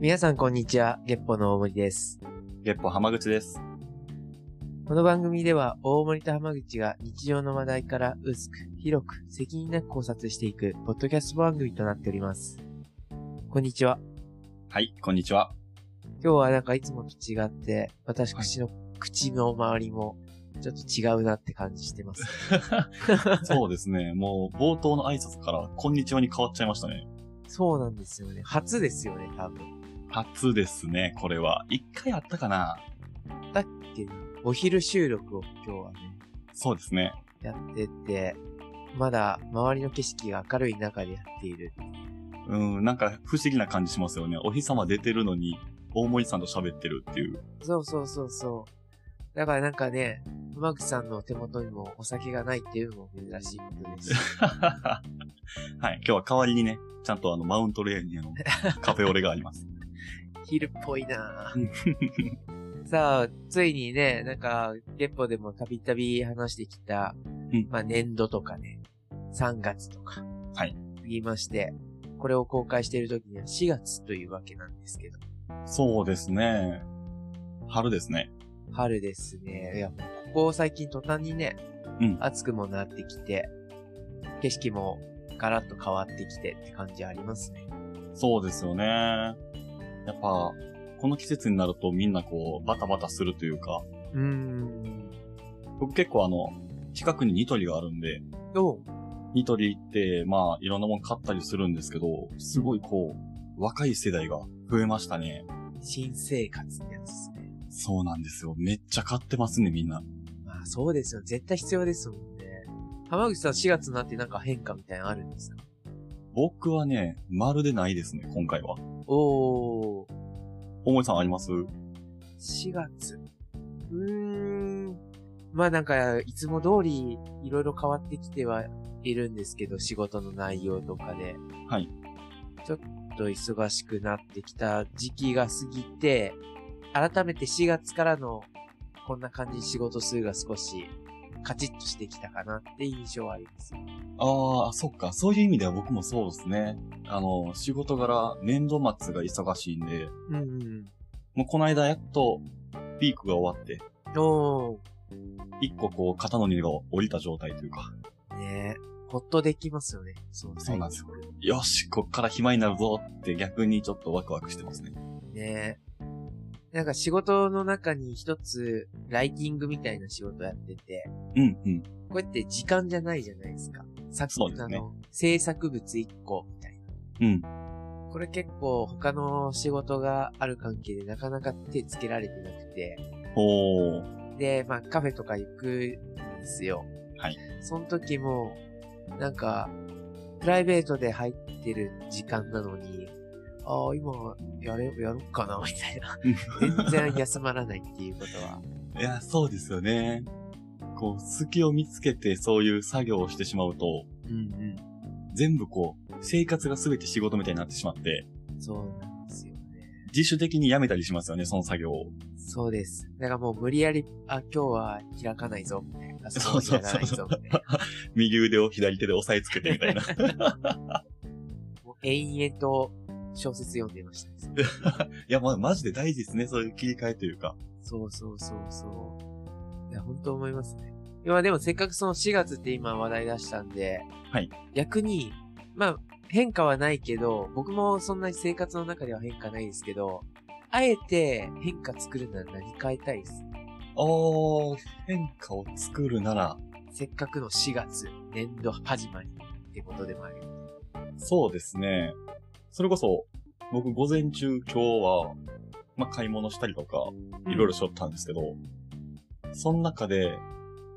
皆さんこんにちは、月歩の大森です。月歩浜口です。この番組では大森と浜口が日常の話題から薄く、広く、責任なく考察していく、ポッドキャスト番組となっております。こんにちは。はい、こんにち は。今日はなんかいつもと違って、私の口の周りも、ちょっと違うなって感じしてます。そうですね、もう冒頭の挨拶から、こんにちはに変わっちゃいましたね。そうなんですよね。初ですよね、多分。初ですね、これは。一回あったかなだっけお昼収録を今日はね、そうですね。やってて、まだ周りの景色が明るい中でやっている。うん、なんか不思議な感じしますよね。お日様出てるのに、大森さんと喋ってるって いう。そうそうそうそう。だからなんかね、浜口さんの手元にもお酒がないっていうのも珍しいことです し。はい、今日は代わりにね、ちゃんとあの、マウントレーニアのカフェオレがあり ます。昼っぽいなぁさあ、ついにね、なんか、月歩でもたびたび話してきた、んまあ年度とかね、3月とか、はい言いまして、これを公開している時には4月というわけなんですけど、そうですね。春ですね。春ですね。いや、ここ最近途端にね、うん暑くもなってきて、景色もガラッと変わってきてって感じありますね。そうですよね。やっぱ、この季節になるとみんなこう、バタバタするというか、うーん。僕結構あの、近くにニトリがあるんで、どニトリ行って、まあ、いろんなもん買ったりするんですけど、すごいこう、若い世代が増えましたね。う新生活ってやつですね。そうなんですよ。めっちゃ買ってますね、みんな。まあそうですよ。絶対必要ですもんね。浜口さん4月になってなんか変化みたいなのあるんですか僕はね、まるでないですね、今回は。おー。大森さんあります4月。うーん。まあなんか、いつも通りいろいろ変わってきてはいるんですけど、仕事の内容とかで。はい。ちょっと忙しくなってきた時期が過ぎて、改めて4月からのこんな感じに仕事数が少しカチッとしてきたかなって印象はあります。ああ、そっか。そういう意味では僕もそうですね。あの、仕事柄、年度末が忙しいんで、うんうんもうこの間やっと、ピークが終わって、うん。お一個こう、肩の荷が降りた状態というか、ー。ねえ。ほっとできますよね。そうそうなんですよ。よし、こっから暇になるぞって逆にちょっとワクワクしてますね。ねえ。なんか仕事の中に一つ、ライティングみたいな仕事やってて、うんうん。こうやって時間じゃないじゃないですか。作そうですあねの、制作物1個みたいな。うん。これ結構他の仕事がある関係でなかなか手つけられてなくて、ほー。で、まあカフェとか行くんですよ。はい。その時も、なんか、プライベートで入ってる時間なのに、ああ、今、やれ、やろっかな、みたいな。全然休まらないっていうことは。いや、そうですよね。こう、隙を見つけてそういう作業をしてしまうと、うん全部こう、生活が全て仕事みたいになってしまって、うん。そうなんですよね。自主的にやめたりしますよね、その作業を。そうです。だからもう無理やり、あ、今日は開かないぞ、みたいな。そうそうそうパソコン開かないぞみたいな右腕を左手で押さえつけてみ たいな。もう延々と小説読んでましたね。いや、まあ、マジで大事ですね、そういう切り替えというか。そうそうそうそう。いや、本当思いますね。まあでもせっかくその4月って今話題出したんで、はい。逆に、まあ変化はないけど、僕もそんなに生活の中では変化ないですけど、あえて変化作るなら何変えたいです。おー、変化を作るなら、せっかくの4月、年度始まりってことでもある。そうですね。それこそ、僕午前中今日は、まあ、買い物したりとか、いろいろしとったんですけど、その中で、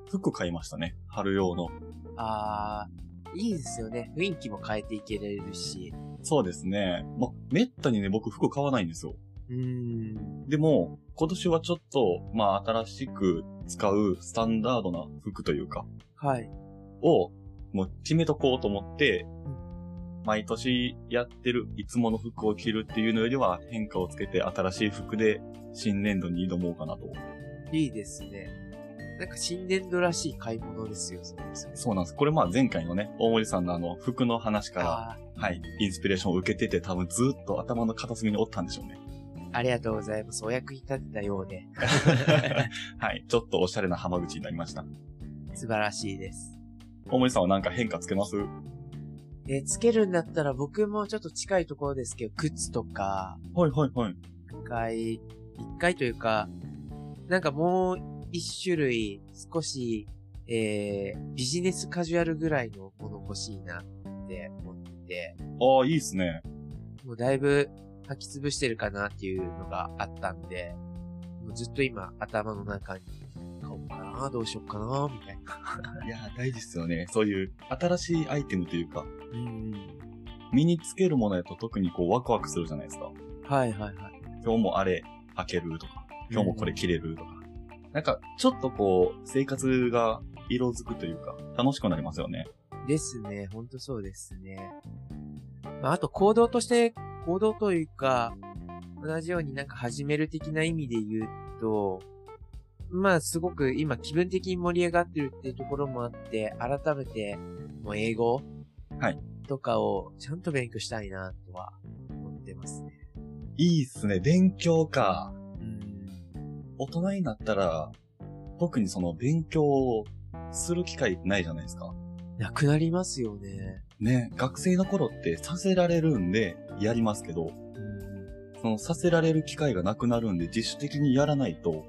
服買いましたね。春用の。あー、いいですよね。雰囲気も変えていけられるし。そうですね。まあ、めったにね、僕服買わないんですよ。うーん。でも、今年はちょっと、まあ、新しく使うスタンダードな服というか、はい。を、もう決めとこうと思って、毎年やってるいつもの服を着るっていうのよりは変化をつけて新しい服で新年度に挑もうかなと。いいですね。なんか新年度らしい買い物ですよ、それそれそうなんです。これまあ前回のね、大森さんのあの、服の話かあら、はい、インスピレーションを受けてて多分ずーっと頭の片隅におったんでしょう ね。ーありがとうございます。お役に立てたようで、はい、ちょっとおしゃれな浜口になりました。素晴らしいです。大森さんはなんか変化つけますで、つけるんだったら僕もちょっと近いところですけど、靴とか、はいはいはい。一回、一回というか、なんかもう一種類、少し、えー、ビジネスカジュアルぐらいのもの欲しいなって思ってて、ああ、いいですね。もうだいぶ履き潰してるかなっていうのがあったんで、もうずっと今頭の中に、買おうかな、どうしようかな、みたいな。いやー、大事ですよね。そういう新しいアイテムというか、うん。身につけるものやと特にこうワクワクするじゃないですか。はいはいはい。今日もあれ履けるとか、今日もこれ着れるとか。なんか、ちょっとこう、生活が色づくというか、楽しくなりますよね。ですね。ほんとそうですね。まあ、あと行動として、行動というか、同じようになんか始める的な意味で言うと、まあすごく今気分的に盛り上がってるっていうところもあって、改めてもう英語はいとかをちゃんと勉強したいなとは思ってますね。いいっすね。勉強か。うん。大人になったら、特にその勉強をする機会ないじゃないですか。なくなりますよね。ね、学生の頃ってさせられるんでやりますけど、うん。そのさせられる機会がなくなるんで自主的にやらないと、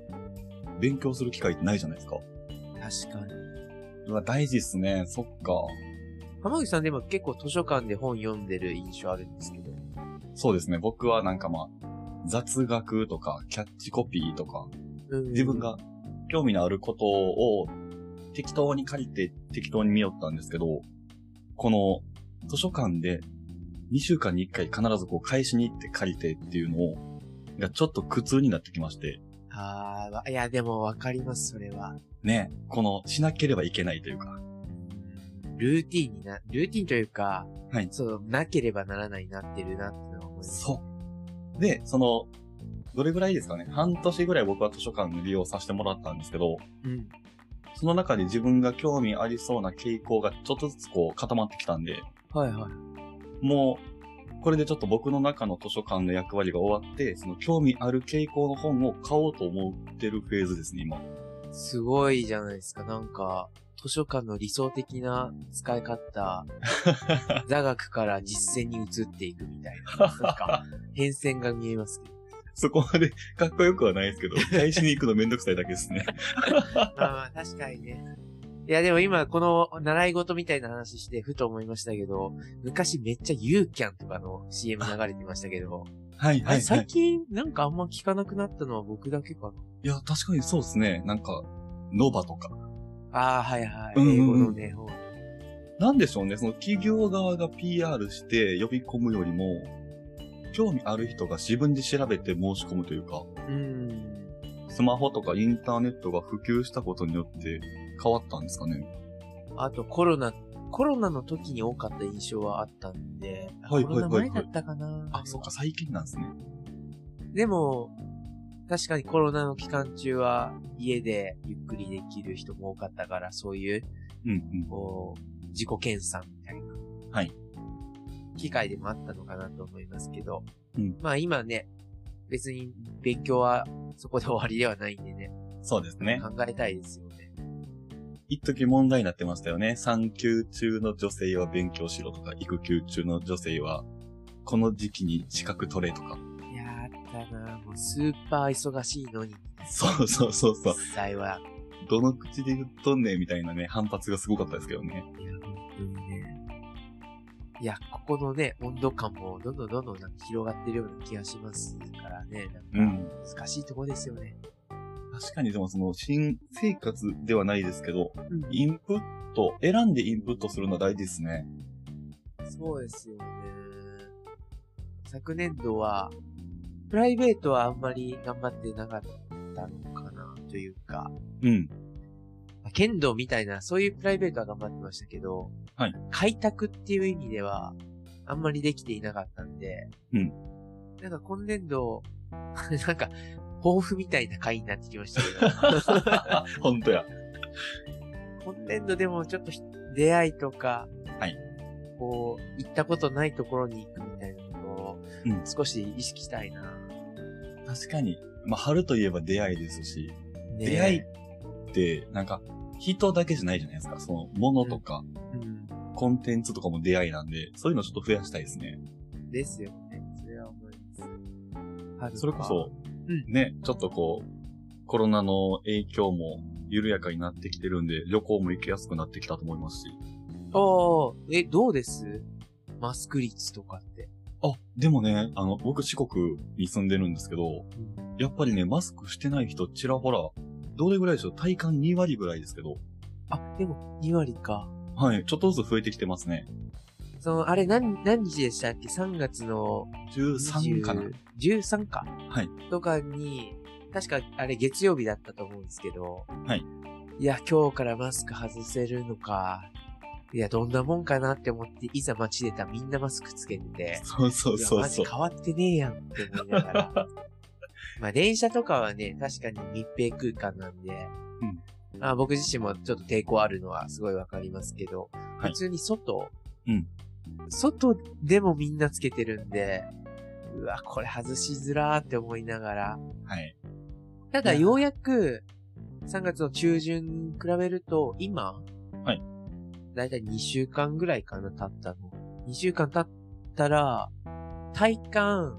勉強する機会ってないじゃないですか。確かに。うわ、大事っすね。そっか。浜口さんでも結構図書館で本読んでる印象あるんですけど。そうですね。僕はなんかまあ、雑学とか、キャッチコピーとか、うん自分が興味のあることを適当に借りて適当に見よったんですけど、この図書館で2週間に1回必ずこう返しに行って借りてっていうのを、がちょっと苦痛になってきまして、あーわいや、でもわかります、それは。ね、このしなければいけないというか、ルーティンにな、ルーティンというか、はいそう、なければならないなってるなっていうのは思います。そう。で、その、どれぐらいですかね半年ぐらい僕は図書館の利用させてもらったんですけど、うん。その中で自分が興味ありそうな傾向がちょっとずつこう固まってきたんで、はいはい。もう、これでちょっと僕の中の図書館の役割が終わって、その興味ある傾向の本を買おうと思ってるフェーズですね、今。すごいじゃないですか。なんか、図書館の理想的な使い 方、座学から実践に移っていくみたい な。なんか、変遷が見えますけど。そこまで かっこよくはないですけど、返しに行くのめんどくさいだけですね。まあまあ、確かにね。いや、でも今、この習い事みたいな話して、ふと思いましたけど、昔めっちゃユーキャンとかの CM 流れてましたけど、はいあはれいはい最。近なんかあんま聞かなくなったのは僕だけかいや、確かにそうですね。なんか、ノバとか。な。ああ、はいはい。うんうんうん英語のね、本なんでしょうね、その企業側が PR して呼び込むよりも、興味ある人が自分で調べて申し込むというか、うん。スマホとかインターネットが普及したことによって変わったんですかね。あとコロナ、コロナの時に多かった印象はあったんで、あはいコロナはいは前いはだいったかな。あ、そっか、最近なんですね。でも、確かにコロナの期間中は家でゆっくりできる人も多かったから、そういう、うんうん。こう、自己検査みたいな。はい。機会でもあったのかなと思いますけど。うんまあ今ね、別に勉強はそこで終わりではないんでね。そうですね。考えたいですよね。一時問題になってましたよね。産休中の女性は勉強しろとか、育休中の女性は、この時期に資格取れとか。いやーあったなもうスーパー忙しいのに、そうそうそうそう実。際は。どの口で言っとんねんみたいなね、反発がすごかったですけどね。いや、本当にね。いや、ここのね、温度感もどんどんどんどんなんか広がってるような気がしますからね。うなんかん。難しいとこですよね。確かにでもその、新生活ではないですけど、うんインプット、選んでインプットするのは大事ですね。そうですよね。昨年度は、プライベートはあんまり頑張ってなかったのかなというか、 うん。まあ剣道みたいな、そういうプライベートは頑張ってましたけど、はい開拓っていう意味では、あんまりできていなかったんで、うんなんか今年度、 なんか、抱負みたいな回になってきましたけど、本当や。今年度でもちょっとひ出会いとか、はいこう、行ったことないところに行くみたいなところうを、少し意識したいな。確かに。まあ、春といえば出会いですし、ね出会いって、なんか、人だけじゃないじゃないですか。その、ものとか、うん。コンテンツとかも出会いなんで、そういうのちょっと増やしたいですね。ですよね。それは思います。春かそれこそ、うんね、ちょっとこう、コロナの影響も緩やかになってきてるんで、旅行も行きやすくなってきたと思いますし。ああ、え、どうですマスク率とかって。あ、でもね、あの、僕四国に住んでるんですけど、やっぱりね、マスクしてない人ちらほら、どれぐらいでしょう体感2割ぐらいですけど、あ、でも、2割か。はい、ちょっとずつ増えてきてますね。その、あれ、何、何日でしたっけ ?3 月の13かな。 13か。はいとかに、確かあれ月曜日だったと思うんですけど。はい。いや、今日からマスク外せるのか。いや、どんなもんかなって思って、いざ街出たらみんなマスクつけてて。そうそうそい。うそうやマジ変わってねえやんって思いなが ら。まあ電車とかはね、確かに密閉空間なんで、まあ僕自身もちょっと抵抗あるのはすごいわかりますけど、い普通に外、うん外でもみんなつけてるんで、うわ、これ外しづらーって思いながら、はい。ただいやようやく、3月の中旬に比べると、今、はい。だいたい2週間ぐらいかな、経ったの。2週間経ったら、体感、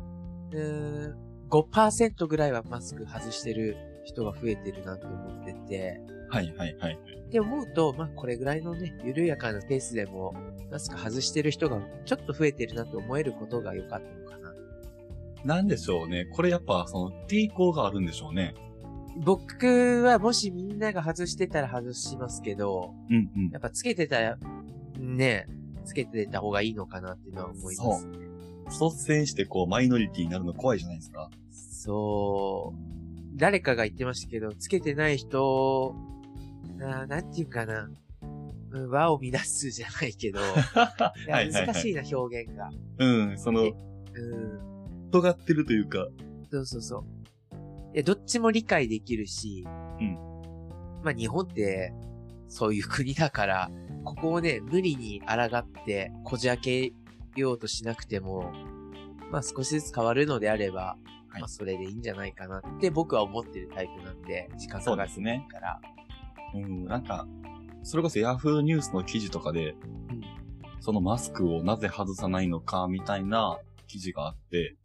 うーん、5%ぐらいはマスク外してる人が増えてるなって思ってて、はいはいはい。って思うと、まあ、これぐらいのね、緩やかなペースでも、マスク外してる人がちょっと増えてるなって思えることが良かったのかな。なんでしょうね。これやっぱ、その、抵抗があるんでしょうね。僕はもしみんなが外してたら外しますけど、うんうんや。っぱつけてた、ねつけてた方がいいのかなっていうのは思いますね。率先してこう、マイノリティになるの怖いじゃないですか。そう。誰かが言ってましたけど、つけてない人、あーなんていうかな。うん輪を乱すじゃない けど、 いやはいはい難はい。しいな、表現が。うん、そのえ、うん。尖ってるというか、そうそうそう。いや、どっちも理解できるし、んまあ日本って、そういう国だから、ここをね、無理に抗って、こじ開けようとしなくても、まあ少しずつ変わるのであれば、はいまあそれでいいんじゃないかなって僕は思ってるタイプなんで、時間差が少ないから。うん、なんか、それこそヤフーニュースの記事とかで、そのマスクをなぜ外さないのかみたいな記事があって、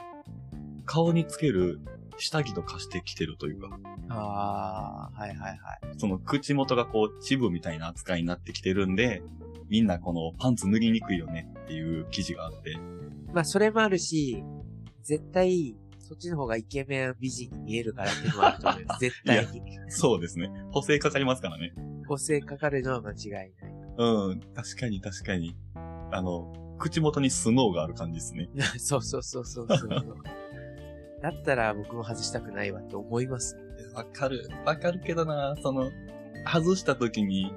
顔につける下着と化してきてるというか、ああ、はいはいはい。その口元がこう、チブみたいな扱いになってきてるんで、みんなこのパンツ脱ぎにくいよねっていう記事があって、まあそれもあるし、絶対、そっちの方がイケメン美人に見えるからっていうのもあると思います。絶対に。そうですね。補正かかりますからね。補正かかるのは間違いない。うん、確かに確かに。あの、口元にスノーがある感じですね。 そうそうそうそうそうそう。だったら僕も外したくないわって思います。わかる。わかるけどな、その、外した時に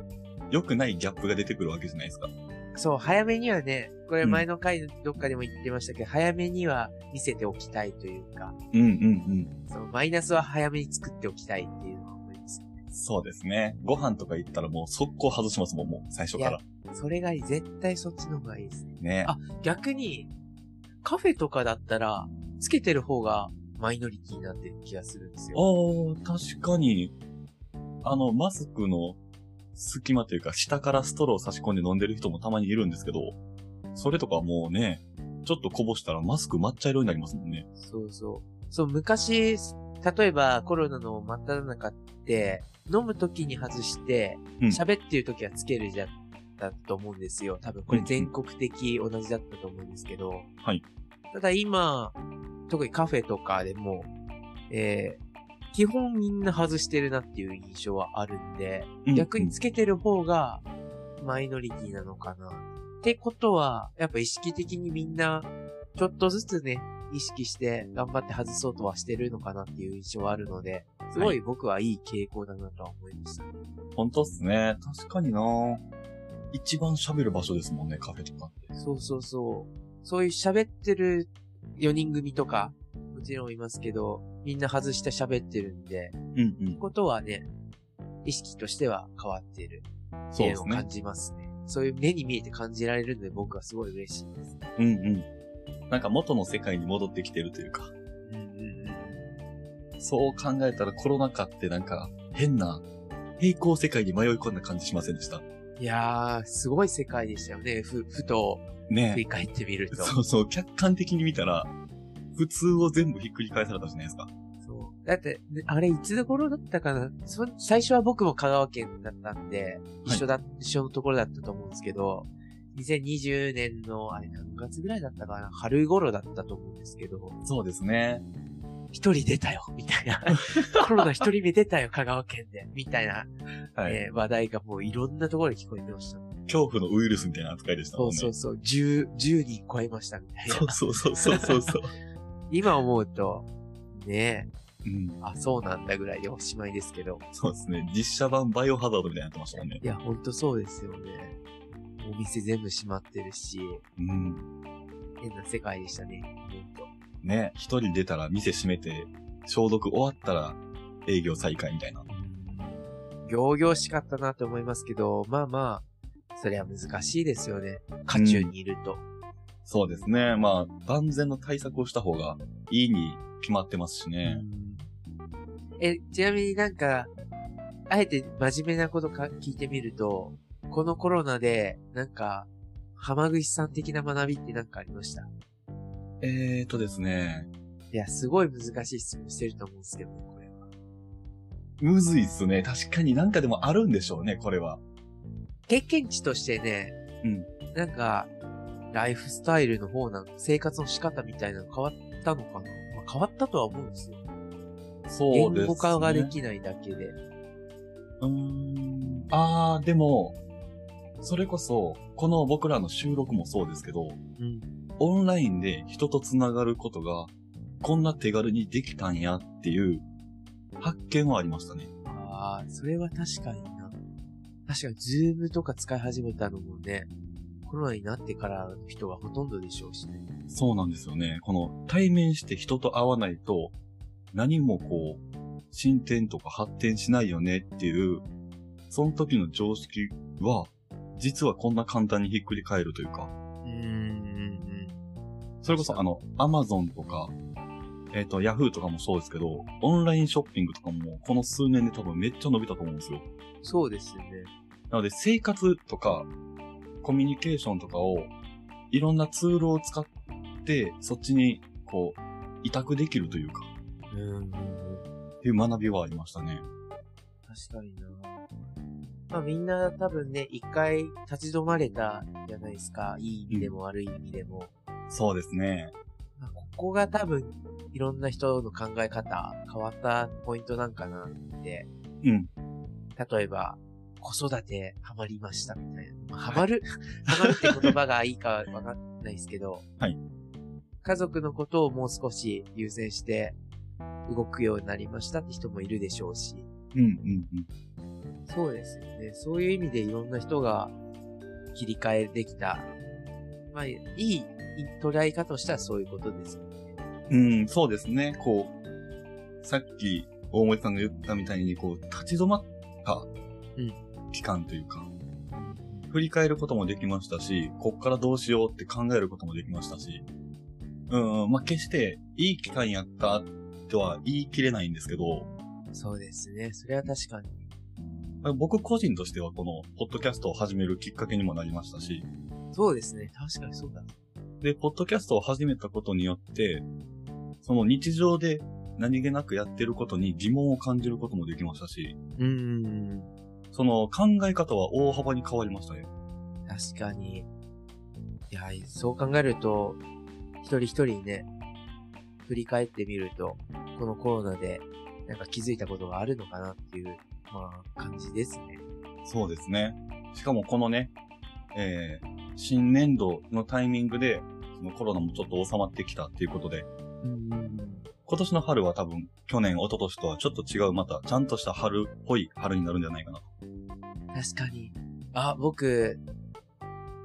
良くないギャップが出てくるわけじゃないですか。そう、早めにはね、これうん前の回どっかでも言ってましたけど、早めには見せておきたいというか、うんうんそのマイナスは早めに作っておきたいっていうのは思います。うん。そうですね。ご飯とか行ったらもう速攻外しますもん、もう最初から。それが絶対そっちの方がいいですね。ねあ。逆に、カフェとかだったら、つけてる方がマイノリティになってる気がするんですよ。おー、確かに。あの、マスクの隙間というか、下からストローを差し込んで飲んでる人もたまにいるんですけど、それとかもうね、ちょっとこぼしたらマスク抹茶色になりますもんね。そうそう。そう、昔、例えばコロナの真っ只中って、飲む時に外して、うん喋ってる時はつけるじゃったと思うんですよ。多分これ全国的同じだったと思うんですけど。はい。ただ今、特にカフェとかでも、えー基本みんな外してるなっていう印象はあるんで、うん逆につけてる方がマイノリティなのかな。ってことは、やっぱ意識的にみんな、ちょっとずつね、意識して頑張って外そうとはしてるのかなっていう印象はあるので、すごい僕はいい傾向だなとは思いました。本当っすね。確かにな一番喋る場所ですもんね、カフェとかって。そうそうそう。そういう喋ってる4人組とか、もちろんいますけど、みんな外して喋ってるんで、うんうん。ことはね、意識としては変わっているってそういうでのすをね感。じますね。そういう目に見えて感じられるので僕はすごい嬉しいです。うんうん。なんか元の世界に戻ってきてるというか、うんうんうん。そう考えたらコロナ禍ってなんか変な平行世界に迷い込んだ感じしませんでした。いやー、すごい世界でしたよね。ふ、ふと振ねえり返ってみると。そうそう、客観的に見たら、普通を全部ひっくり返されたじゃないですか。そう。だって、ねあれ、いつ頃だったかなそ最初は僕も香川県だったんで、はい一緒だ、一緒のところだったと思うんですけど、2020年の、あれ何月ぐらいだったかな春頃だったと思うんですけど、そうですね。一人出たよみたい な。コロナ一人目出たよ香川県でみたいな、はい。えー話題がもういろんなところで聞こえてました。恐怖のウイルスみたいな扱いでしたそもんうね。そうそう、10、10人超えましたみたいな。そうそうそうそう そう。今思うと、ねえ、うん。あ、そうなんだぐらいでおしまいですけど、そうですね。実写版バイオハザードみたいになってましたもんねい。や、ほんとそうですよね。お店全部閉まってるし、うん。変な世界でしたね。ほんね、一人出たら店閉めて、消毒終わったら営業再開みたいな。と。行々しかったなと思いますけど、まあまあ、それは難しいですよね。家中にいると。そうですね。まあ、万全の対策をした方がいいに決まってますしね。え、ちなみになんか、あえて真面目なことか聞いてみると、このコロナで、なんか、浜口さん的な学びってなんかありましたえーとですね。いや、すごい難しい質問してると思うんですけどね、これは。むずいっすね。確かになんかでもあるんでしょうね、これは。経験値としてね、うんなんか、ライフスタイルの方なの、生活の仕方みたいなの変わったのかな、まあ、変わったとは思うんですよ。そうです、ね。言語化ができないだけで。うーん。あー、でも、それこそ、この僕らの収録もそうですけど、うん。オンラインで人と繋がることが、こんな手軽にできたんやっていう発見はありましたね。ああ、それは確かにな。確かに、ズームとか使い始めたのもね、コロナになってからの人がほとんどでしょうしね。そうなんですよね。この対面して人と会わないと、何もこう、進展とか発展しないよねっていう、その時の常識は、実はこんな簡単にひっくり返るというか、うーん。それこそあの、アマゾンとか、えっ、と、ヤフーとかもそうですけど、オンラインショッピングとかも、この数年で多分めっちゃ伸びたと思うんですよ。そうですよね。なので生活とかコミュニケーションとかをいろんなツールを使ってそっちにこう委託できるというか、うん。っていう学びはありましたね。確かにな。まあみんな多分ね、一回立ち止まれたじゃないですか。いい意味でも悪い意味でも。そうですね。まあここが多分、いろんな人の考え方、変わったポイントなんかなって。うん。例えば、子育てハマりましたみたいな。まあハマる、 ハマるって言葉がいいかわかんないですけど、はい家族のことをもう少し優先して動くようになりましたって人もいるでしょうし、うんうんうん。そうですよね。そういう意味でいろんな人が切り替えできた。まあ、いい捉え方としてはそういうことですよね。うん、そうですね。こう、さっき大森さんが言ったみたいにこう立ち止まった期間というか、振り返ることもできましたし、こっからどうしようって考えることもできましたし、うんうん、まあ、決していい期間やったとは言い切れないんですけど、そうですね。それは確かに。まあ僕個人としてはこの、ポッドキャストを始めるきっかけにもなりましたし、そうですね。確かにそうだ。で、ポッドキャストを始めたことによって、その日常で何気なくやってることに疑問を感じることもできましたし、うん。その考え方は大幅に変わりましたね。確かに。いや、そう考えると、一人一人ね、振り返ってみると、このコロナで、なんか気づいたことがあるのかなっていう、まあ、感じですね。そうですね。しかもこのね、えー新年度のタイミングで、そのコロナもちょっと収まってきたっていうことで、うん。今年の春は多分、去年、一昨年とはちょっと違う、また、ちゃんとした春っぽい春になるんじゃないかなと。確かに。あ、僕、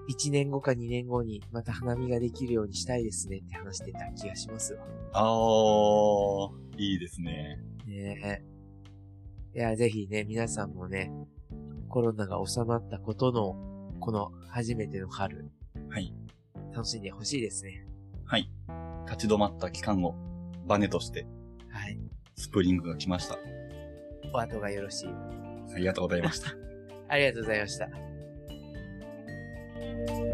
一年後か二年後にまた花見ができるようにしたいですねって話してた気がしますわ。あー、いいですね。ねいや、ぜひね、皆さんもね、コロナが収まったことの、この初めての春。はい。楽しんでほしいですね。立ち止まった期間をバネとして、はい。スプリングが来ました。お後がよろしい。ありがとうございました。ありがとうございました。